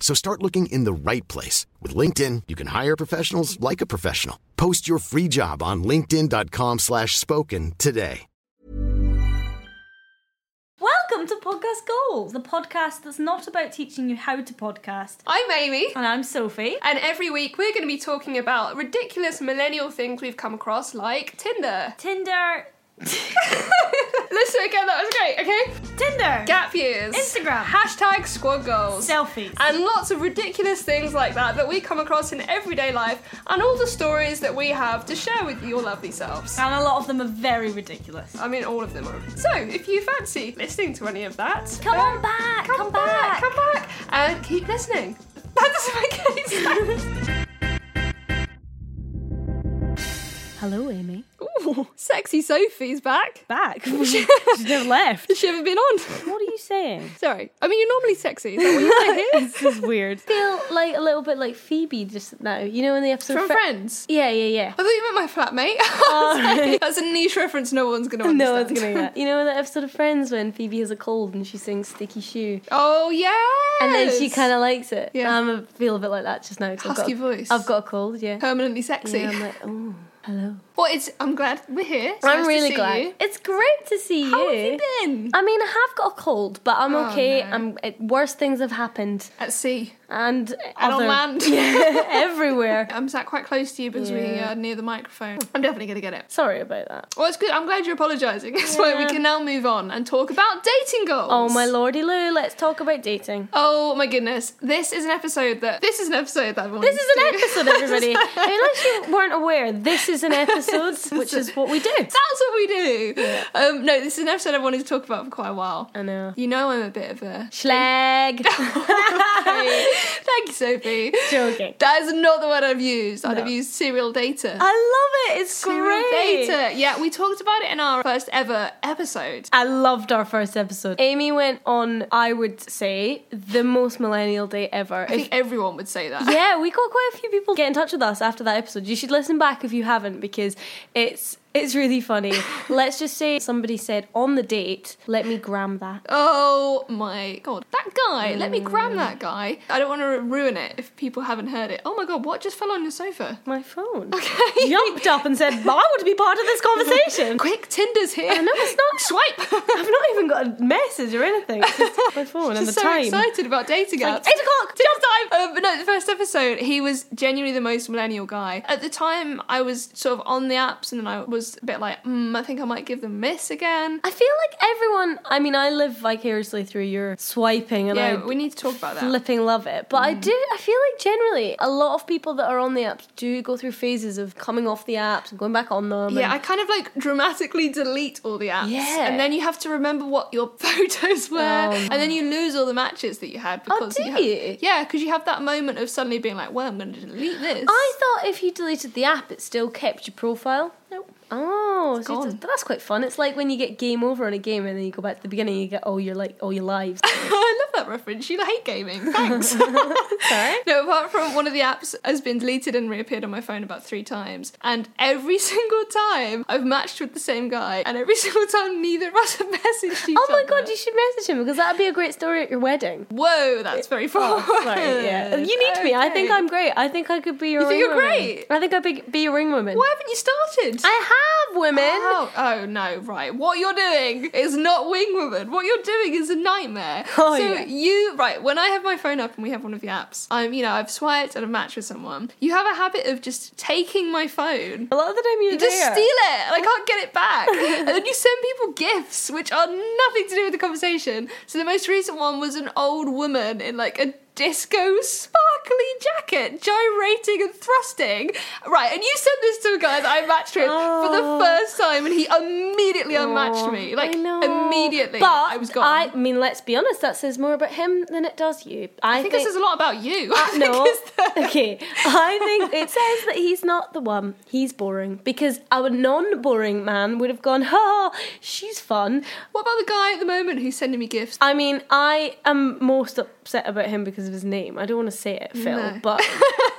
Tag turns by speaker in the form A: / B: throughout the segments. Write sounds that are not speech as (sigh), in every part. A: So start looking in the right place. With LinkedIn, you can hire professionals like a professional. Post your free job on linkedin.com/spoken slash spoken today.
B: Welcome to Podcast Goals, the podcast that's not about teaching you how to podcast.
C: I'm Amy,
B: And I'm Sophie.
C: and every week we're going to be talking about ridiculous millennial things we've come across, like Tinder. (laughs)
B: Tinder. (laughs)
C: Let's do it again, that was great, okay?
B: Tinder!
C: Gap years.
B: Instagram.
C: Hashtag squad goals.
B: Selfies.
C: And lots of ridiculous things like that that we come across in everyday life, and all the stories that we have to share with your lovely selves.
B: and a lot of them are very ridiculous.
C: I mean, all of them are. So, if you fancy listening to any of that,
B: Come
C: uh,
B: on back,
C: come,
B: come back.
C: back, come back, and keep listening. (laughs) That doesn't make any sense.
B: Hello, Amy. (laughs)
C: Ooh, sexy Sophie's back.
B: Back. She's never left.
C: Has she ever been on?
B: What are you (laughs) saying?
C: Sorry. I mean, you're normally sexy. Is that what
D: (laughs)
C: you think
B: This is weird.
D: feel like a little bit like Phoebe just now. You know in the episode
C: From
D: Fri-
C: Friends.
D: Yeah, yeah,
C: I thought you meant my flatmate. (laughs) I was like, That's a niche reference no one's going to
D: yeah.
C: understand.
D: Oh, (laughs) No one's gonna get. that. You know in the episode of Friends when Phoebe has a cold and she sings "Sticky Shoe"
C: (laughs) Oh, yeah.
D: and then she kind of likes it.
C: Yeah.
D: I'm a feel a bit like that just now. 'cause I've
C: Husky
D: got,
C: voice.
D: I've got a cold. Yeah.
C: Permanently sexy.
D: Yeah, I'm like, oh, hello.
C: well, it's, I'm glad we're here. It's
D: I'm
C: nice
D: really
C: to see
D: glad.
C: You.
D: It's great to see
C: How
D: you.
C: have you been?
D: I mean, I have got a cold, but I'm
C: Oh,
D: okay.
C: no.
D: I'm it, worse things have happened,
C: At sea.
D: and
C: And on
D: other-
C: land.
D: (laughs) everywhere.
C: (laughs) I'm sat quite close to you because we
D: Yeah.
C: are near the microphone. I'm definitely going to get it.
D: Sorry
C: (laughs)
D: about that.
C: Well, it's good. I'm glad you're (laughs) apologising. It's why we
D: Yeah.
C: can now move on and talk about dating goals.
D: Oh my lordy loo, let's talk about dating.
C: Oh my goodness. This is an episode that. This is an episode that I've wanted
D: This is an
C: to do.
D: episode, everybody. (laughs) Unless you weren't aware, (laughs) this is an episode, which is what we do.
C: That's what we do. Um, no, this is an episode I've wanted to talk about for quite a while.
D: I know.
C: You know I'm a bit of a. (laughs)
D: (laughs) Schlag.
C: Thank you, Sophie.
D: Joking.
C: That is not the word I've used. I'd have used serial data.
D: Oh, I love it. It's
C: serial
D: great.
C: data. Yeah, we talked about it in our first ever episode.
D: I loved our first episode. Amy went on, I would say, the most millennial day ever.
C: I
D: If-
C: think everyone would say that.
D: yeah, we got quite a few people get in touch with us after that episode. You should listen back if you haven't because it's it's really funny. (laughs) Let's just say somebody said on the date, let me gram that.
C: Oh my god. That guy. Let me
D: Mm.
C: gram that guy. I don't want to ruin it if people haven't heard it. Oh my god, what just fell on your sofa?
D: My phone.
C: Okay.
D: Jumped up and said, I want to be part of this (laughs) conversation.
C: Quick, Tinder's here.
D: No, it's not. (laughs)
C: Swipe.
D: I've not even got a message or anything. It's (laughs) just my phone and the
C: so
D: time.
C: excited about dating apps.
D: Like, eight o'clock.
C: Dinner time. Um, but no, the first episode, he was genuinely the most millennial guy. At the time, I was sort of on the apps, and then I was a bit like, mm, I think I might give them a miss again.
D: I feel like everyone. I mean, I live vicariously through your swiping, and
C: Yeah,
D: I
C: we need to talk about that.
D: flipping love it. But I do. I feel like generally a lot of people that are on the apps do go through phases of coming off the apps and going back on them.
C: yeah,
D: and-
C: I kind of like dramatically delete all the apps.
D: Yeah. Oh,
C: And then you have to remember what your (laughs) photos were. and then you lose all the matches that you had because
D: do
C: you, have,
D: you?
C: Yeah, because you have that moment of suddenly being like, well, I'm going to delete this.
D: I thought if you deleted the app, it still kept your profile.
C: Nope.
D: Oh, so
C: gone.
D: it's- that's quite fun. It's like when you get game over on a game and then you go back to the beginning. You get all your like all your lives.
C: (laughs) I love that reference. You hate gaming. (laughs) Thanks.
D: Sorry.
C: No, apart from one of the apps has been deleted and reappeared on my phone about three times. And every (laughs) single time I've matched with the same guy, and every (laughs) single time neither of us have messaged each
D: Oh my
C: other.
D: god, you should message him because that'd be a great story at your wedding.
C: Whoa, that's (laughs) very far.
D: (laughs) Right, yeah. You need me. I think I'm great. I think I could be your
C: You think
D: ring
C: you're
D: woman.
C: great?
D: I think I'd be, be your ring woman.
C: Why haven't you started?
D: I have women.
C: Oh, oh no, right. What you're doing is not Wing Woman. What you're doing is a nightmare.
D: (laughs) Oh,
C: so
D: yeah.
C: you right when I have my phone up and we have one of the apps, I'm you know I've swiped and I've matched with someone. You have a habit of just taking my phone.
D: A lot of the time you're
C: You just
D: there.
C: steal it and I can't get it back. and then you send people gifts which are nothing to do with the conversation. So the most recent one was an old woman in like a disco sparkly jacket, gyrating and thrusting. Right, and you sent this to a guy that I matched with for the first time and he immediately unmatched me. Like
D: Oh. I know.
C: immediately.
D: But
C: I was gone.
D: I mean, let's be honest. That says more about him than it does you. I,
C: I think, this is a lot about you. I (laughs) think
D: no.
C: it's the-
D: (laughs) okay. I think it says that he's not the one. He's boring because our non-boring man would have gone, "Ha, she's fun."
C: What about the guy at the moment who's sending me
D: (laughs)
C: gifts?
D: I mean, I am most upset about him because of his name. I don't want to say it, Phil,
C: No.
D: but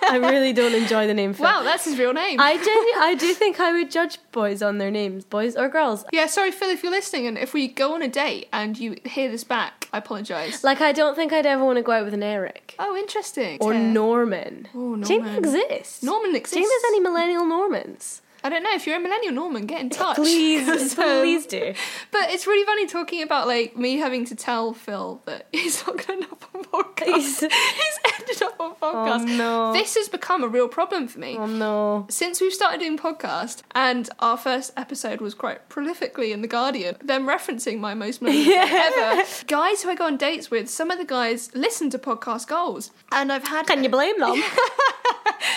D: I really don't enjoy the
C: (laughs)
D: name Phil.
C: Wow, that's his real name.
D: I genu- I do think I would judge boys on their names, boys or girls.
C: yeah, sorry, Phil, if you're listening, and if we go on a date and you hear this back, I apologise.
D: Like, I don't think I'd ever want to go out with an Eric
C: oh, interesting.
D: or
C: Yeah.
D: Norman.
C: Oh,
D: Do you
C: Norman.
D: think that exists?
C: Norman
D: Do you think
C: exists.
D: there's any millennial Normans?
C: I don't know. If you're a millennial Norman, get in touch. (laughs)
D: Please,
C: 'Cause, um,
D: (laughs) please do.
C: But it's really funny talking about like me having to tell Phil that (laughs) he's not going to end up on podcast. (laughs)
D: He's-
C: He's, ended up on podcast.
D: Oh, no.
C: This has become a real problem for me.
D: Oh no.
C: since we've started doing podcast and our first episode was quite prolifically in the guardian them referencing my most
D: (laughs)
C: memorable ever guys who i go on dates with some of the guys listen to podcast goals and i've had
D: Can you blame them?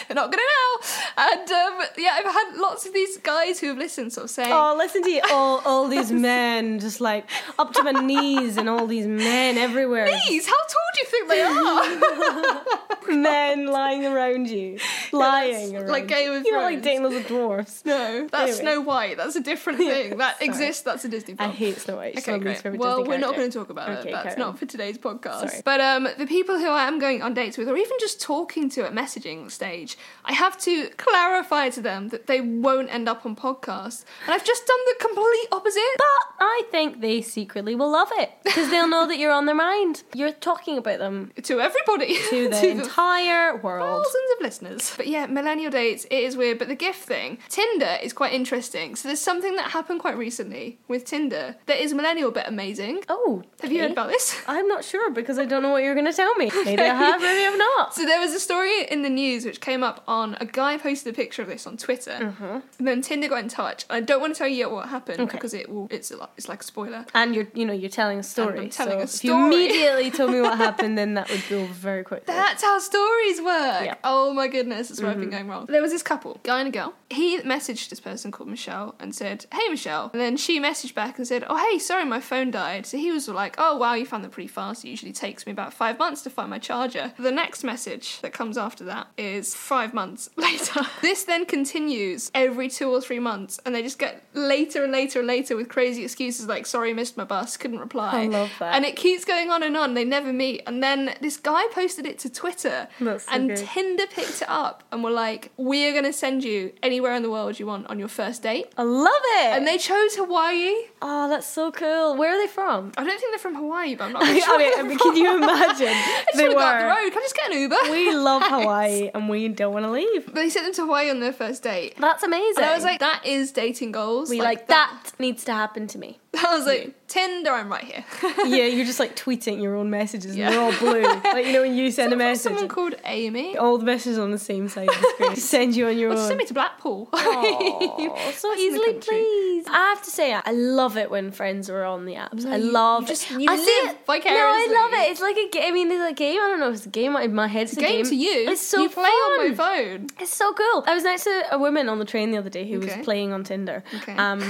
C: they're (laughs) not gonna know and um, yeah i've had lots of these guys who have listened sort of saying
D: Oh, listen to you. All,
C: (laughs)
D: all these men, just like up to my knees, and all these men everywhere.
C: Please, how tall do you think
D: (laughs)
C: they are? (laughs)
D: men lying around you, lying
C: like
D: around.
C: Game of
D: you. You're not like
C: Thrones.
D: dating little dwarfs.
C: no, that's
D: Anyway.
C: Snow White. That's a
D: (laughs)
C: different thing. That
D: Sorry.
C: exists. That's a Disney
D: I
C: film.
D: hate Snow White. She's
C: Okay,
D: my least
C: great.
D: favorite
C: Well,
D: Disney
C: we're not going to
D: character.
C: talk about
D: Okay,
C: it. That's
D: carry on.
C: not for today's podcast.
D: Sorry.
C: But um, the people who I am going on dates with, or even just talking to at messaging stage, I have to clarify to them that they won't end up on podcasts. And I've just done the complete opposite.
D: But I think they secretly will love it because they'll know that you're on their mind. You're talking about them
C: to everybody, (laughs)
D: to the entire world.
C: thousands of listeners. But yeah, millennial dates, it is weird. But the gift thing, Tinder is quite interesting. So there's something that happened quite recently with Tinder that is millennial but amazing.
D: Oh,
C: Have you heard
D: okay.
C: about this? (laughs)
D: I'm not sure because I don't know what you're going to tell me. Maybe I have, maybe
C: (laughs)
D: I've not.
C: So there was a story in the news which came up on a guy posted a picture of this on Twitter, and then Tinder got in touch. I don't want to tell you yet what happened because it will. It's a lot, it's like a spoiler.
D: And you're, you know, you're telling a story.
C: I'm telling
D: so
C: a
D: If you
C: story.
D: immediately told me what
C: (laughs)
D: happened, then that would go very quickly.
C: That's how stories work.
D: Yeah. Mm-hmm.
C: Oh my goodness, that's where I've been going wrong. There was this couple, guy and a girl. He messaged this person called Michelle and said, "Hey Michelle," and then she messaged back and said, "Oh hey, sorry, my phone died." So he was like, "Oh wow, you found that pretty fast. It usually takes me about five months to find my charger." The next message that comes after that is five months (laughs) later. this then continues every two or three months, and they just get later and later and later with crazy excuses like, "Sorry, missed my bus, couldn't reply."
D: I love that.
C: And it keeps going on and on. They never meet. And then this guy posted it to Twitter,
D: That's so
C: and
D: good.
C: Tinder picked it up and were like, "We're gonna send you anywhere in the world you want on your first date."
D: I love it.
C: And they chose Hawaii.
D: oh, that's so cool. Where are they from?
C: I don't think they're from Hawaii, but I'm not really
D: (laughs) I
C: sure. (laughs)
D: mean, (laughs) I mean, can you imagine?
C: I just
D: they
C: want to go up the
D: were.
C: road. Can I just get an Uber?
D: We love Hawaii and we don't want to leave.
C: (laughs) They sent them to Hawaii on their first date.
D: That's amazing.
C: And I was like, that is dating goals.
D: we like, that. needs to happen to me.
C: that. (laughs) I was like, Tinder, I'm right here.
D: (laughs)
C: (laughs)
D: yeah, you're just like tweeting your own messages
C: Yeah.
D: and they're all
C: (laughs)
D: blue. Like, you know, when you send a
C: Someone-
D: message,
C: Someone called Amy.
D: all the messages on the same side of the screen. send you on your
C: Well,
D: own.
C: send me to Blackpool. (laughs)
D: Oh, so
C: That's in the
D: easily
C: country.
D: pleased. I have to say, I love it when friends are on the apps. I
C: you-
D: love
C: you just-
D: it.
C: you
D: I see
C: live
D: it-
C: vicariously.
D: No, I love it. It's like a game. I mean, it's a game. I don't know. It's a game. In my head, it's a
C: Game to you.
D: It's so
C: you play
D: fun.
C: on my phone.
D: It's so cool. I was next to a woman on the train the other day who
C: Okay.
D: was playing on Tinder.
C: Okay. (laughs)
D: Um,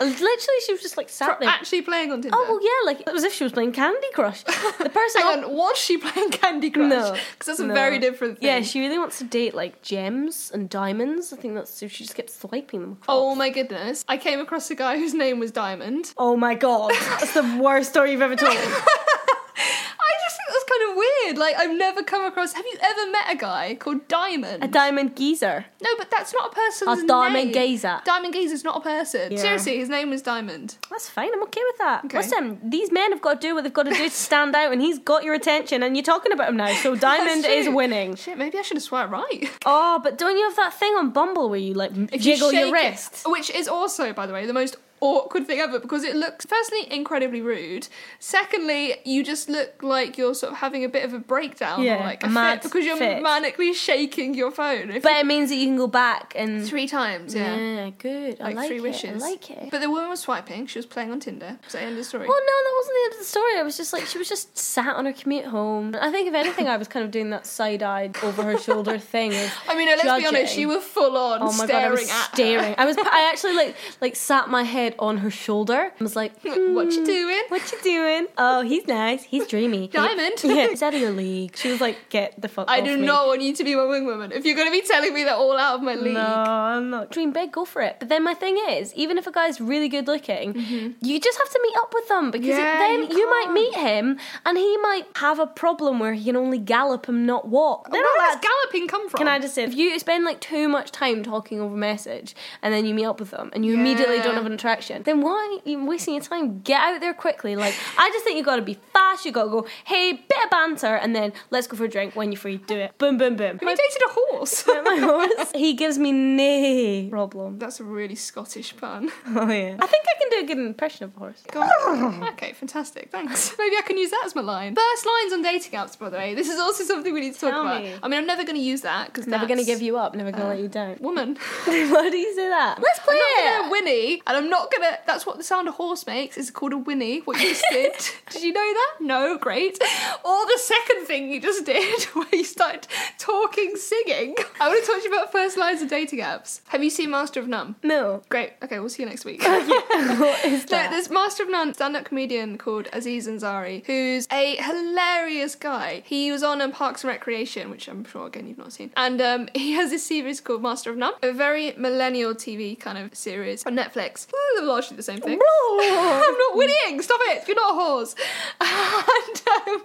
D: literally, she was just like sat there.
C: Actually playing on Tinder.
D: Oh well, yeah, like it was as if she was playing Candy
C: (laughs)
D: Crush. The person
C: Hang on, was she playing Candy Crush?
D: No,
C: because that's a
D: no.
C: very different thing.
D: Yeah, she really wants to date like gems and diamonds. I think that's so she just kept swiping them. Across.
C: Oh my goodness! I came across a guy whose name was Diamond.
D: Oh my god, that's
C: (laughs)
D: the worst story you've ever told.
C: I just think that's kind of weird. Like I've never come across. Have you ever met a guy called Diamond?
D: A diamond geezer.
C: no, but that's not a person's
D: A
C: name.
D: diamond gazer.
C: Diamond Gazer's not a person.
D: Yeah.
C: Seriously, his name was Diamond.
D: That's fine. I'm okay with that.
C: Okay.
D: Listen, these men have got to do what they've got to do to stand out, and he's got your attention, and you're talking about him now. So
C: (laughs)
D: diamond
C: That's
D: is
C: true.
D: winning.
C: Shit, maybe I should have swiped right. (laughs)
D: Oh, but don't you have that thing on Bumble where you like
C: If you
D: jiggle your
C: shake it-
D: wrist?
C: which is also, by the way, the most awkward thing ever because it looks, firstly, incredibly rude. Secondly, you just look like you're sort of having a bit of a breakdown, or
D: Yeah,
C: like
D: a
C: a fit,
D: mad
C: because you're
D: fit.
C: manically shaking your phone. If
D: But it means that you can go back and.
C: you- three times, yeah.
D: good. I
C: Like,
D: like
C: three
D: it.
C: wishes.
D: I like it.
C: But the woman was swiping. She was playing on Tinder. So end of story.
D: Well, no, that wasn't the end of the story. I was just like, she was just sat on her commute home. I think, if anything, I was kind of doing that side eyed, over her
C: (laughs)
D: shoulder thing. of
C: I mean, let's be honest.
D: judging.
C: She was full on
D: Oh
C: staring
D: my god, I was
C: at her.
D: staring. I was. I actually like like sat my head on her shoulder. I was like,
C: (laughs)
D: "Hmm,
C: What you doing?
D: What you doing? Oh, he's nice. He's
C: (laughs)
D: dreamy.
C: Diamond.
D: Yeah, he's out of your league. She was like, get the fuck.
C: I
D: off
C: do
D: me.
C: not want you to be my wingwoman. If you're going to be telling me that all out of my league,
D: No, I'm not. Dream big, go for it. But then my thing is, even if a guy's really good looking, you just have to meet up with them because it-
C: Mm-hmm. Yeah,
D: then
C: you
D: you, might
C: can't.
D: meet him and he might have a problem where he can only gallop and not walk. They're
C: where
D: not
C: does
D: allowed-
C: galloping come from?
D: Can I just say, if you spend like too much time talking over message and then you meet up with them and you immediately don't
C: Yeah.
D: have an attraction, then why are you wasting your time? Get out there quickly. Like, I just think you gotta be fast, you gotta go, hey, bit of banter, and then let's go for a drink when you're free, do it. Boom,
C: (laughs)
D: boom, boom.
C: Have you dated a horse? (laughs)
D: My horse, (laughs) he gives me nay problem.
C: That's a really Scottish pun.
D: Oh, yeah. I think I can do a good impression of a horse.
C: Go on. okay, fantastic. Thanks. (laughs) Maybe I can use that as my line. First lines on dating apps, by the way. This is also something we need to talk
D: Tell
C: about.
D: me.
C: I mean, I'm never going to use that because
D: Never gonna give you up, never gonna let you down.
C: (laughs) woman.
D: (laughs) Why do you say that? Let's play
C: I'm not gonna whinny, and I'm not gonna. That's what the sound a horse makes. It's called a whinny. What you just (laughs) did? did you know that? No, great. Or the second thing you just did, (laughs) where you started talking, singing. I want to talk to you about first lines of dating apps. Have you seen Master of None?
D: No.
C: Great. Okay, we'll see you
D: (laughs)
C: next week. (laughs)
D: What is
C: No,
D: that?
C: there's Master of None stand-up comedian called Aziz Ansari, who's a hilarious guy. He was on um, Parks and Recreation, which I'm sure again you've not seen, and um, (laughs) he has this series called Master of None, a very millennial TV kind of series on Netflix. (laughs) They're largely the same thing. (laughs) I'm not winning. Stop it. You're not a horse. (laughs) And um,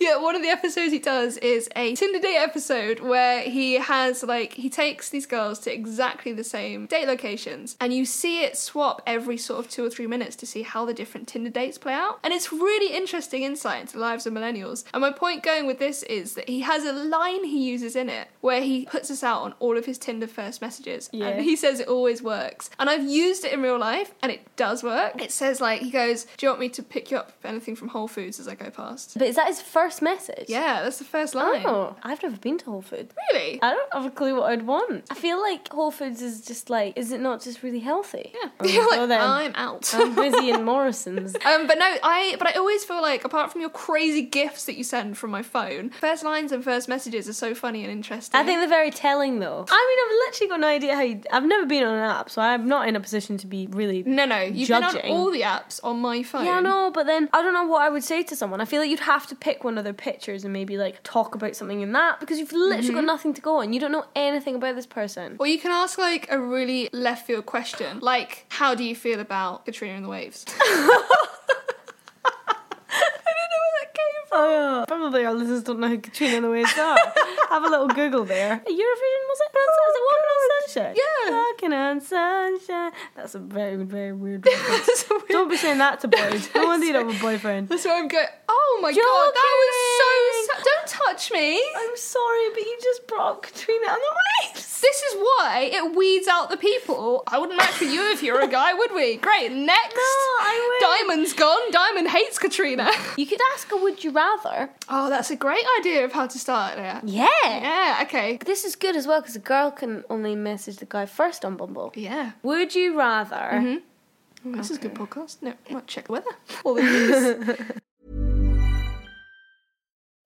C: yeah, one of the episodes he does is a Tinder date episode where he has like he takes these girls to exactly the same date locations, and you see it swap every sort of two or three minutes to see how the different Tinder dates play out. And it's really interesting insight into the lives of millennials. And my point going with this is that he has a line he uses in it where he puts us out on all of his Tinder first messages,
D: Yeah.
C: and he says it always works. And I've used it in real life and it does work. It says like he goes, Do you want me to pick you up anything from Whole Foods as I go past?
D: But is that his first message?
C: Yeah, that's the first line.
D: Oh, I've never been to Whole Foods.
C: Really?
D: I don't have a clue what I'd want. I feel like Whole Foods is just like, is it not just really healthy?
C: yeah.
D: (laughs)
C: (laughs)
D: Oh,
C: You're
D: well
C: like,
D: then.
C: I'm out. (laughs)
D: I'm busy in (laughs) Morrison's.
C: Um, but no, I but I always feel like apart from your crazy gifts that you send from my phone, first lines and first messages are so funny and interesting.
D: I think they're very telling though. I mean, I've literally got no idea how you. I've never been on an app, so I'm not in a position to be really.
C: no, no, you've been on
D: Judging.
C: all the apps on my phone.
D: Yeah, no, but then I don't know what I would say to someone. I feel like you'd have to pick one of their pictures and maybe like talk about something in that because you've literally got nothing to go on. You don't know anything about this person. (laughs)
C: Or you can ask like a really left field question, like how do you feel about Katrina and the Waves? (laughs)
D: Oh, probably our listeners don't know who Katrina and the Waves (laughs) are. Have a little Google there. Eurovision was it? Oh, is it Walking on Sunshine? Yeah. Walking on Sunshine. That's a very, very (laughs) weird reference. don't be saying that to boys. (laughs) No wonder you don't have a boyfriend.
C: So I'm going. Oh my god, that was so. Su- don't touch me.
D: I'm sorry, but you just brought up Katrina and (laughs) the Waves.
C: This is why it weeds out the people. I wouldn't match with you if you were a guy, would we? Great. Next.
D: No, I would.
C: Diamond's gone. Diamond hates Katrina. (laughs)
D: You could ask a would you rather.
C: Oh, that's a great idea of how to start there.
D: Yeah.
C: Yeah, okay.
D: This is good as well because a girl can only message the guy first on Bumble.
C: Yeah.
D: Would you rather?
C: Mm-hmm. This is a good podcast. No, might check the weather. All the
D: (laughs)
C: news.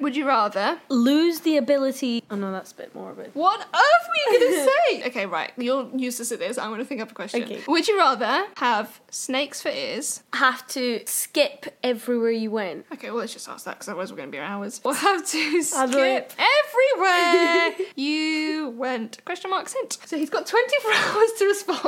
C: Would you rather?
B: Lose the ability.
D: Oh no, that's a bit morbid.
C: What earth were you
D: (laughs)
C: gonna say? Okay, right. You're useless at this. I'm gonna think up a question.
D: Okay.
C: Would you rather have snakes for ears?
D: Have to skip everywhere you went.
C: Okay, well let's just ask that because otherwise we're gonna be here hours. Or have (laughs) to
D: I'll do
C: skip everywhere (laughs) you went? Question mark sent. So he's got 24 (laughs) hours to respond.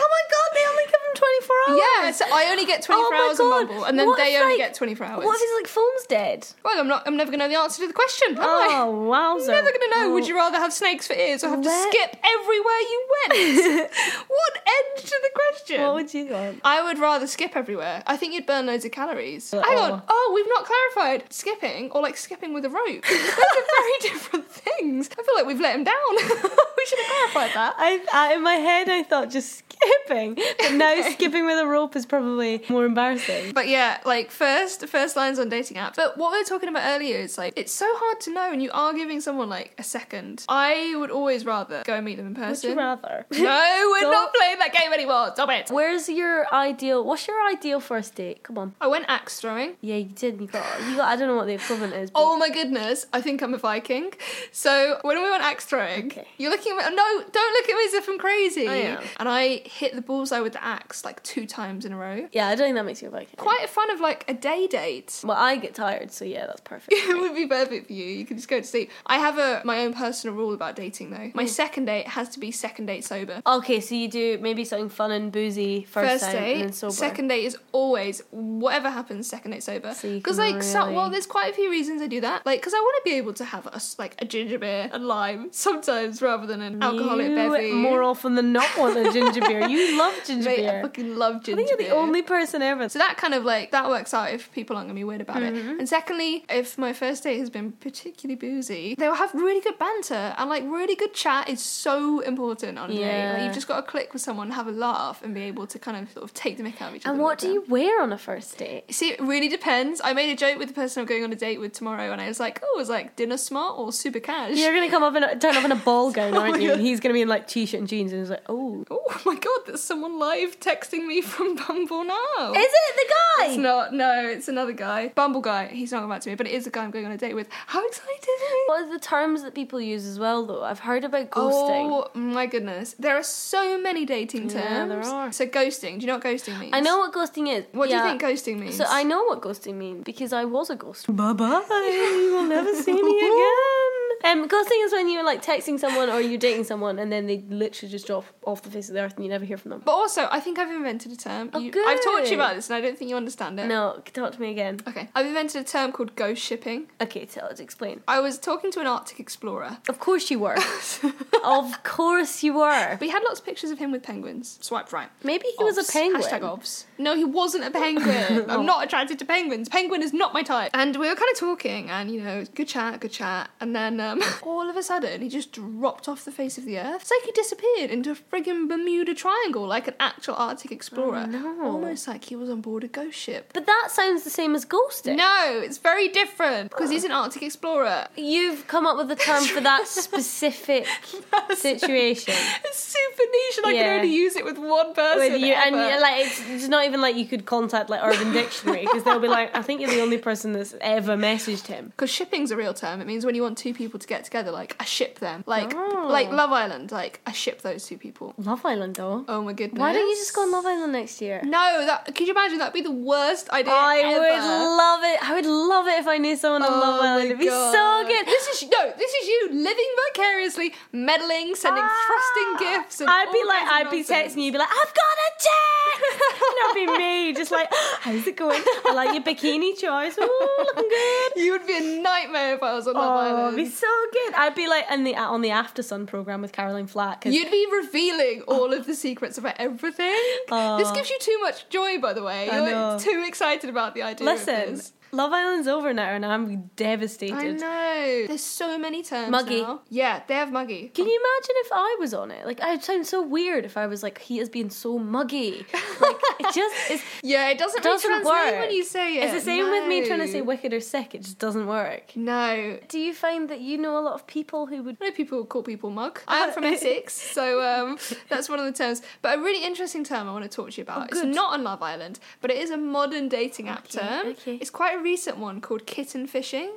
B: Oh my god, they only give him 24 hours.
C: Yeah, so I only get 24
B: Oh my
C: hours on
B: God.
C: Bumble, and then
B: What
C: they
B: if,
C: only
B: like-
C: get 24 hours.
B: What if his like phone's dead?
C: Well, I'm not. I'm never gonna know the answer to the question. Am I?
D: Oh wowzer!
C: (laughs) I'm never gonna know. Would you rather have snakes for ears or have to
D: Let-
C: skip everywhere you went? what end to the question?
D: Oh, What would you want?
C: I would rather skip everywhere. I think you'd burn loads of calories.
D: Uh,
C: Hang on. Oh, we've not clarified skipping or like skipping with a
D: (laughs)
C: rope. Those are very different things. I feel like we've let him down. (laughs) we should have clarified that.
D: I, I in my head I thought just skipping,
C: (laughs)
D: but now skipping with a rope is probably more embarrassing.
C: But yeah, like first, first lines on dating apps. But what we were talking about earlier is like it's so hard to know, and you are giving someone like a second. I would always rather go and meet them in
D: Would
C: person.
D: you rather? (laughs)
C: No, we're not playing that game anymore. Stop it.
B: Where's your ideal? What's your ideal first date? Come on.
C: I went axe throwing.
D: Yeah, you did. You got. You got. I don't know what the equivalent is. But
C: Oh my goodness, I think I'm a Viking. So when we went axe throwing,
D: Okay.
C: you're looking at me. No, don't look at me as if I'm crazy.
D: I am.
C: And I hit the bullseye with the axe like two times in a row.
D: yeah, I don't think that makes you a Viking.
C: Quite a fun of like a day date. (laughs)
D: Well, I get tired, so yeah, that's perfect.
C: It would be perfect for you. You could just go to sleep. I have a my own personal rule about dating though.
D: Mm.
C: My second date has to be second date sober.
D: okay, so you do maybe something fun and boozy first,
C: First
D: time, and
C: date,
D: then sober.
C: second date is always whatever happens. Second date sober,
D: So you
C: because
D: can
C: like so,
D: really-
C: well, there's quite a few reasons I do that. Like because I want to be able to have a, s- like a ginger beer and lime (laughs) sometimes rather than an alcoholic
D: you
C: bevy.
D: more often than not want a ginger beer. You love ginger
C: Mate,
D: beer.
C: I fucking love
D: I
C: ginger
D: think you're the
C: beer.
D: only person ever.
C: So that kind of like that works out if people aren't gonna be weird about
D: Mm-hmm.
C: it. And secondly, if my first date has been particularly boozy, they'll have really good banter and like really good chat is so important on a date. Like,
D: Yeah.
C: you've just got to click with someone, have a laugh, and be able to kind of sort of take the mick out of each other.
D: and
C: a
D: what do
C: little bit.
D: you wear on a first date?
C: See, it really depends. I made a joke with the person I'm going on a date with tomorrow, and I was like, "Oh, it was like dinner smart or super cash."
D: You're gonna come up in a, turn up in a ball gown,
C: Oh
D: aren't
C: my
D: you?
C: God.
D: And he's gonna be in like t-shirt and jeans, and he's like, "Oh,
C: Oh my god, there's someone live texting me from Bumble now.
B: Is it the guy?
C: It's not. No, it's another guy. Bumble guy. He's not going back to me, but it is a guy I'm going on a date with. How excited!
D: What are the terms that people use as well, though? I've heard about ghosting.
C: Oh my goodness, there are so many dating terms.
D: Yeah, there are.
C: So ghosting. Do you know what ghosting means?
D: I know what ghosting is.
C: What do
D: Yeah.
C: you think ghosting means?
D: So I know what ghosting means because I was a ghost. Bye bye. (laughs) You will never see
C: (laughs)
D: me again. Um, ghosting is when you're like texting someone or you're dating someone and then they literally just drop off the face of the earth and you never hear from them.
C: But also, I think I've invented a term.
D: Oh,
C: You- I've talked to you
D: good.
C: about this, and I don't think you understand it.
D: No, talk to me again.
C: Okay. I've invented a term called ghost shipping.
D: Okay, tell us, explain.
C: I was talking to an Arctic explorer. (laughs)
D: Of course you were. of course you were.
C: We had lots of pictures of him with penguins. Swipe right.
D: Maybe he was a
C: Ovs.
D: penguin.
C: Hashtag ovs. No, he wasn't a penguin. (laughs) I'm not attracted to penguins. Penguin is not my type. And we were kind of talking, and you know, good chat, good chat. And then um, (laughs) all of a sudden, he just dropped off the face of the earth. It's like he disappeared into a friggin' Bermuda Triangle, like an actual Arctic explorer.
D: no.
C: Almost like he was on board a ghost ship.
D: But that sounds the same as ghosting.
C: No, it's very different because he's an Arctic explorer.
D: You've come up with a term
C: (laughs)
D: for that specific situation.
C: It's super niche, and I
D: Yeah.
C: can only use it with one person.
D: with you, and
C: ever.
D: you, like it's, it's not even like you could contact like Urban Dictionary because they'll be like, I think you're the only person that's ever messaged him.
C: Because shipping's a real term. It means when you want two people to get together, like I ship them. Like
D: Oh.
C: like Love Island, like I ship those two people.
D: Love Island though.
C: Oh my goodness.
D: Why don't you just go on Love Island next year?
C: No, that could you imagine that'd be the worst idea.
D: I
C: ever.
D: would love it. I would love it if I knew someone on Love
C: Oh my
D: Island. It'd be
C: God.
D: so good.
C: This is no, this is you living vicariously, meddling, sending
D: Ah!
C: thrusting gifts and
D: I'd be
C: all
D: like,
C: kinds of
D: I'd be
C: nonsense.
D: texting you, be like, I've got a That'd be me, just like, "Oh, how's it going? I like your bikini choice. Ooh, looking good.
C: (laughs) You would be a nightmare if I was on Love
D: Oh, it'd
C: Island.
D: be so good. I'd be like in the on the After Sun program with Caroline Flack. 'cause-
C: You'd be revealing all of the secrets about everything. This gives you too much joy, by the way.
D: I
C: You're
D: know.
C: too excited about the idea. of
D: listen,
C: this.
D: Love Island's over now, and I'm devastated.
C: I know. There's so many terms.
D: Muggy.
C: now. Yeah, they have muggy.
D: Can you imagine if I was on it? Like, I'd sound so weird if I was like, he has been so muggy. Like, (laughs) it just is.
C: Yeah, it doesn't, really
D: doesn't
C: translate
D: work.
C: when you say it.
D: It's the same with me trying to
C: No.
D: say wicked or sick. It just doesn't work.
C: No.
D: Do you find that you know a lot of people who would
C: I know people call people mug. I
D: (laughs)
C: am from Essex, so um, that's one of the terms. But a really interesting term I want to talk to you about. it's not on Love Island, but it is a modern dating app term.
D: Oh, okay. Oh,
C: It's quite a recent one called kitten fishing.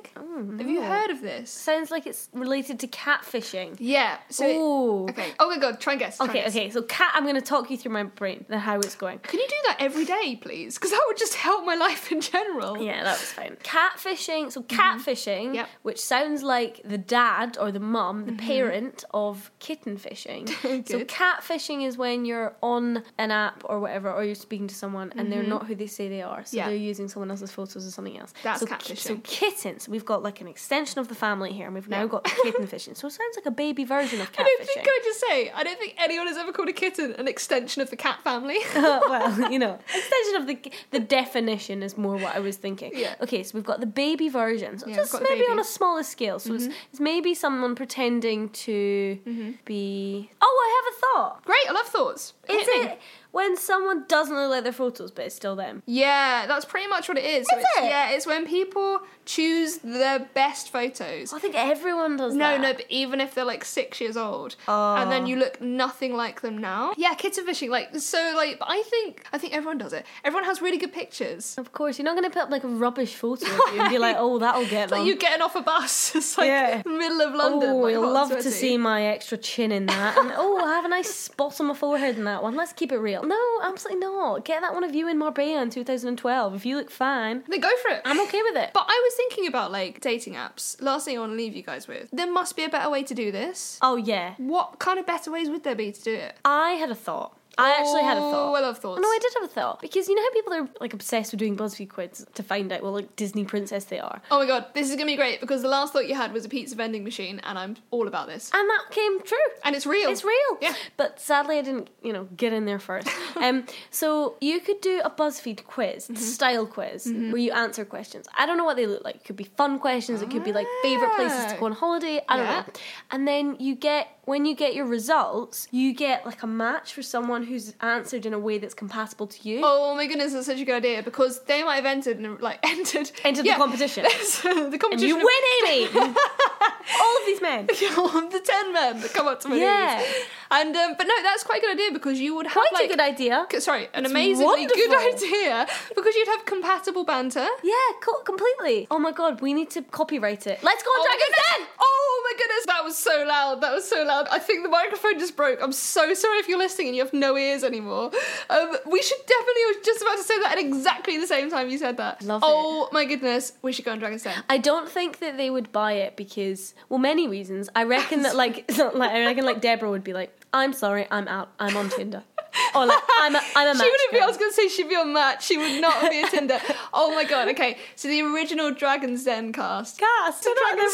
C: Have you heard of this?
D: sounds like it's related to catfishing?
C: Yeah. So it-
D: Ooh.
C: okay. Oh my god, try and guess. try and
D: Okay,
C: guess.
D: okay. So cat, I'm going to talk you through my brain and how it's going.
C: Can you do that every day, please? Because that would just help my life in general.
D: Yeah, that was fine. Catfishing. So catfishing,
C: Mm-hmm. Yep. Mm-hmm.
D: which sounds like the dad or the mum, the parent of kitten fishing. so
C: (laughs) Good.
D: catfishing is when you're on an app or whatever, or you're speaking to someone and they're not who they say they are. So
C: Mm-hmm. Yeah.
D: they're using someone else's photos or something else.
C: That's
D: so,
C: catfishing.
D: So kittens. We've got like an extension of the family here, and we've now got kitten fishing. So it sounds like a baby version of catfishing.
C: (laughs) I don't think I just say I don't think anyone has ever called a kitten an extension of the cat
D: (laughs)
C: family. (laughs)
D: Uh-huh. well, you know, (laughs) extension of the the definition is more what I was thinking.
C: Yeah.
D: Okay, so we've got the baby version, so
C: Yeah,
D: just
C: we've got the
D: maybe on
C: baby. Mm-hmm.
D: a smaller scale. So it's, it's maybe someone pretending to be. Oh, I have a thought.
C: Great, I love thoughts.
D: Is
C: Hit me.
D: it when someone doesn't look like their photos, but it's still them?
C: Yeah, that's pretty much what it is. So
D: Is
C: it's-
D: it?
C: Yeah, it's when people choose their best photos.
D: I think everyone does.
C: No,
D: that. Oh.
C: no, but even if they're like six years old, and then you look nothing like them now. Yeah, kitten fishing, like so, like but I think I think everyone does it. Everyone has really good pictures.
D: Of course, you're not going to put up like a rubbish photo of you
C: (laughs)
D: and be like, "Oh, that'll get
C: It's like
D: them."
C: you getting off a bus. (laughs) It's like
D: Yeah.
C: middle of London.
D: oh,
C: like,
D: you'll
C: hot
D: love
C: and
D: to
C: sweaty.
D: see my extra chin in that. And oh, I have a (laughs) nice spot on my forehead in that one. Let's keep it real. No, absolutely not. Get that one of you in Marbella in 2012. If you look fine,
C: Then go for it.
D: I'm okay with it.
C: But I was thinking about like dating apps. Last thing I want to leave you guys with. There must be a better way to do this.
D: oh, yeah.
C: What kind of better ways would there be to do it?
D: I had a thought. I actually had a thought.
C: Oh, I love thoughts.
D: No, I did have a thought. Because you know how people are like obsessed with doing BuzzFeed quiz to find out what like Disney princess they are?
C: Oh my god, this is gonna be great because the last thought you had was a pizza vending machine, and I'm all about this.
D: And that came true.
C: And it's real.
D: It's real.
C: Yeah.
D: But sadly, I didn't, you know, get in
C: (laughs)
D: there first. um, so you could do a BuzzFeed quiz,
C: Mm-hmm.
D: it's a style quiz, where you answer questions. I don't know what they look like. It could be fun questions. It could be like favorite places to go on holiday. I don't
C: Ah. Yeah.
D: know. And then you get when you get your results, you get like a match for someone who's answered in a way that's compatible to you.
C: Oh my goodness, that's such a good idea because they might have entered and like (laughs) entered
D: Entered the competition.
C: So (laughs) the competition.
D: and you
C: of-
D: win, Amy.
C: (laughs)
D: All of these men.
C: the ten men that come up to my
D: Yeah.
C: knees. And um, but no, that's quite a good idea because you would have
D: Quite
C: like,
D: a good idea.
C: c- Sorry, an amazingly good
D: wonderful.
C: idea because you'd have compatible banter.
D: Yeah, co- completely. Oh my god, we need to copyright it. Let's go on
C: Oh my
D: Dragon's Den.
C: goodness! Oh my goodness! That was so loud. That was so loud. I think the microphone just broke. I'm so sorry if you're listening and you have no ears anymore. Um, we should definitely. I was just about to say that at exactly the same time you said that.
D: Love
C: oh my goodness! We should go on Dragon's Den.
D: I don't think that they would buy it because, well, many reasons. I reckon that like, like I reckon like Deborah would be like, "I'm sorry, I'm out. I'm on Tinder," or like, "I'm a, I'm a
C: She
D: match
C: wouldn't be. I
D: girl."
C: was going to say she'd be on that. She would not be a
D: (laughs)
C: Tinder. Oh my god. Okay. So the original Dragon's Den cast.
D: Cast, they're, not, they're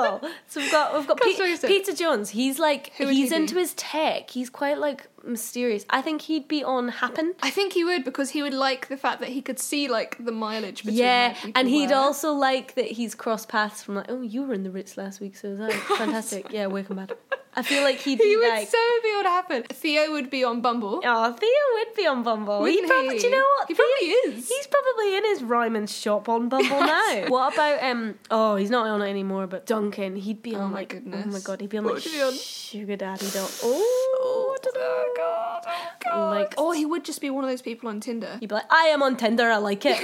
D: real people. So we've got we've
C: (laughs)
D: got
C: Cast
D: Pe-
C: Dragon's Den.
D: Peter Jones. He's like
C: Who would
D: he's
C: he be?
D: into his tech. He's quite like mysterious. I think he'd be on Happen.
C: I think he would because he would like the fact that he could see like the mileage between.
D: Yeah,
C: where people
D: and he'd
C: were.
D: also like that he's crossed paths from like, oh, you were in the Ritz last week, so was
C: (laughs)
D: I. fantastic. Yeah, we're compatible. I feel like he'd
C: He
D: be
C: would
D: like,
C: so be able to happen. Theo would be on Bumble.
D: Oh, Theo would be on Bumble. He
C: Wouldn't
D: probably,
C: he?
D: Do you know what?
C: He probably
D: Theo-
C: is.
D: He's probably in his Ryman's shop on Bumble now. What about um? Oh, he's not on it anymore. But Duncan, he'd be on
C: my
D: like,
C: goodness.
D: oh my god, he'd be on
C: What
D: like
C: would he be on?
D: sugar daddy. Don't. Oh, I don't know.
C: Oh god, oh god.
D: Like-
C: or he would just be one of those people on Tinder.
D: He'd be like, I am on Tinder. I like it.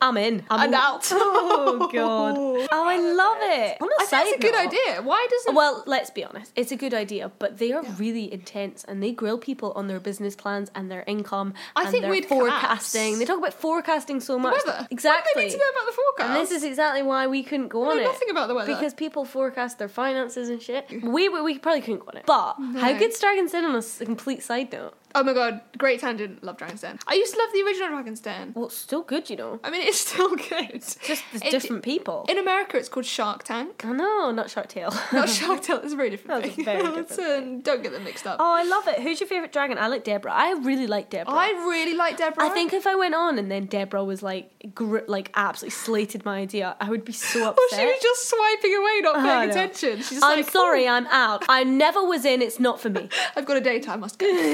D: I'm in. I'm
C: And out.
D: (laughs) Oh (laughs) god. Oh, I love it. On a
C: I think that's a
D: side
C: good
D: note-
C: idea. Why doesn't
D: (laughs) Well, let's be honest. It's a good idea, but they are really intense and they grill people on their business plans and their income.
C: I
D: and
C: think
D: their
C: we'd
D: forecasting.
C: collapse.
D: They talk about forecasting so much.
C: weather? Why do they
D: Exactly.
C: need to know about the forecast?
D: And this is exactly why we couldn't go on
C: know
D: it.
C: nothing about the weather.
D: because people forecast their finances and shit. We we, we probably couldn't go on it. But how good's Dragon's Den on a s- complete side note?
C: Oh my god, great tangent. Love Dragon's Den. I used to love the original Dragon's Den.
D: Well, it's still good, you know.
C: I mean, it's (laughs) still good. It's
D: Just
C: (laughs)
D: there's different people.
C: In America, it's called Shark
D: (laughs)
C: Tank.
D: I know, not Shark Tale.
C: Not Shark Tale. It's a very different
D: That's a
C: thing. (laughs)
D: very
C: It's, um, don't get them mixed up.
D: (laughs) oh, I love it. Who's your favorite dragon? I like Deborah. I really like Deborah.
C: I really like Deborah.
D: I think if I went on and then Deborah was like, gr- like absolutely slated my idea, I would be so
C: (laughs)
D: upset. Oh,
C: Well, she was just swiping away, not paying
D: I know.
C: attention. She's just
D: I'm
C: like,
D: sorry,
C: "Oh,
D: I'm out. I never was in. It's not
C: (laughs)
D: for me. (laughs)
C: I've got a date. I must go. (laughs)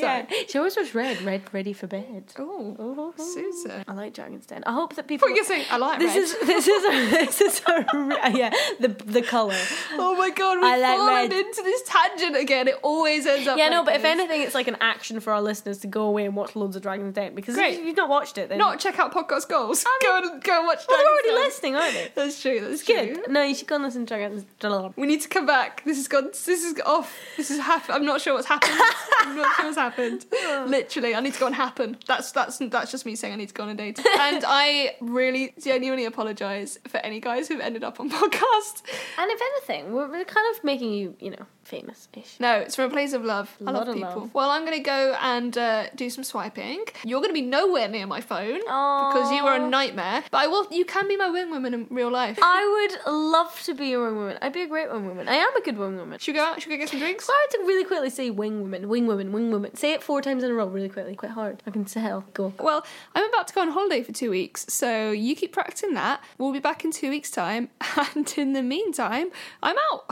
C: sorry.
D: She always was red, red, ready for bed.
C: Oh,
D: (laughs)
C: Susan.
D: I like Dragon's Den. I hope that people.
C: What you saying? I like
D: this
C: red.
D: is this is a, (laughs) this is a, re- yeah the
C: (laughs)
D: the color.
C: Oh my god,
D: I
C: we've
D: like
C: fallen
D: red.
C: into this tangent again. It always ends up.
D: Yeah,
C: like
D: no, but if
C: this.
D: anything, it's like an action for our listeners to go away and watch loads of Dragon's Den because
C: Great.
D: if you've not watched it, then
C: not check out podcast goals. (laughs) go and go and watch.
D: well, they're
C: Dragon's
D: already
C: Den.
D: listening, aren't they?
C: That's true. That's true.
D: Good. No, you should go and listen to Dragon's Den.
C: We need to come back. This has gone. This is off. This is happen. I'm not sure what's happened. I'm not sure what's
D: (laughs)
C: happened.
D: Oh.
C: Literally, I need to go and happen. That's that's that's just me saying I need to go on a date. And I really genuinely apologise for any guys who've ended up on (laughs) podcast.
D: And if anything, we're, we're kind of making you, you know, famous-ish.
C: No, it's from a place of love. I
D: Lot
C: love
D: of
C: people.
D: love.
C: Well, I'm gonna go and uh, do some swiping. You're gonna be nowhere near my phone
D: Aw.
C: because you are a nightmare. But I will. You can be my wing woman in real life.
D: I would love to be a wing woman. I'd be a great wing woman. I am a good wing woman.
C: Should we go out? Should we go get some drinks?
D: It's hard to really quickly say wing woman, wing woman, wing woman. Say it four times in a row really quickly. Quite hard. I can tell. Go.
C: Well, I'm about to go on holiday for two weeks, so you keep practicing that. We'll be back in two weeks' time, (laughs) and in the meantime, I'm out.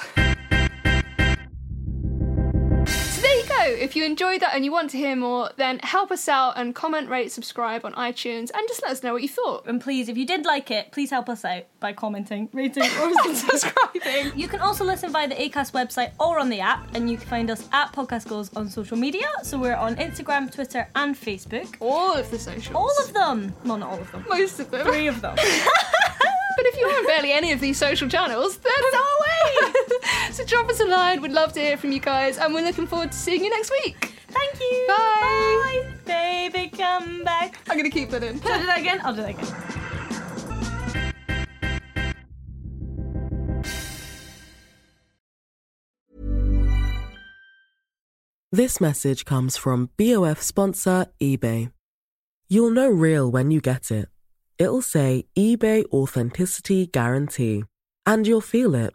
C: So there you go. If you enjoyed that and you want to hear more, then help us out and comment, rate, subscribe on iTunes, and just let us know what you thought.
B: And please, if you did like it, please help us out by commenting, rating, or (laughs)
C: And (laughs) subscribing.
B: You can also listen via the ACAST website or on the app, and you can find us at Podcast Goals on social media. So we're on Instagram, Twitter, and Facebook.
C: All of the socials.
B: All of them. No, not all of them.
C: (laughs)
B: (laughs)
C: most of them.
B: Three of them.
C: (laughs) But if you aren't barely any of these social channels, then it's our way. (laughs) so drop us a line. We'd love to hear from you guys, and we're looking forward to seeing you next week.
B: Thank you.
C: Bye.
B: Bye. Baby, come back.
C: I'm gonna keep that in.
B: Should I do that again? I'll do that again.
E: This message comes from BOF sponsor eBay. You'll know real when you get it. It'll say eBay Authenticity Guarantee. And you'll feel it.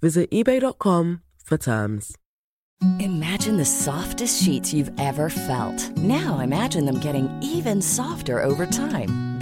E: Visit eBay.com for terms.
F: Imagine the softest sheets you've ever felt. Now imagine them getting even softer over time.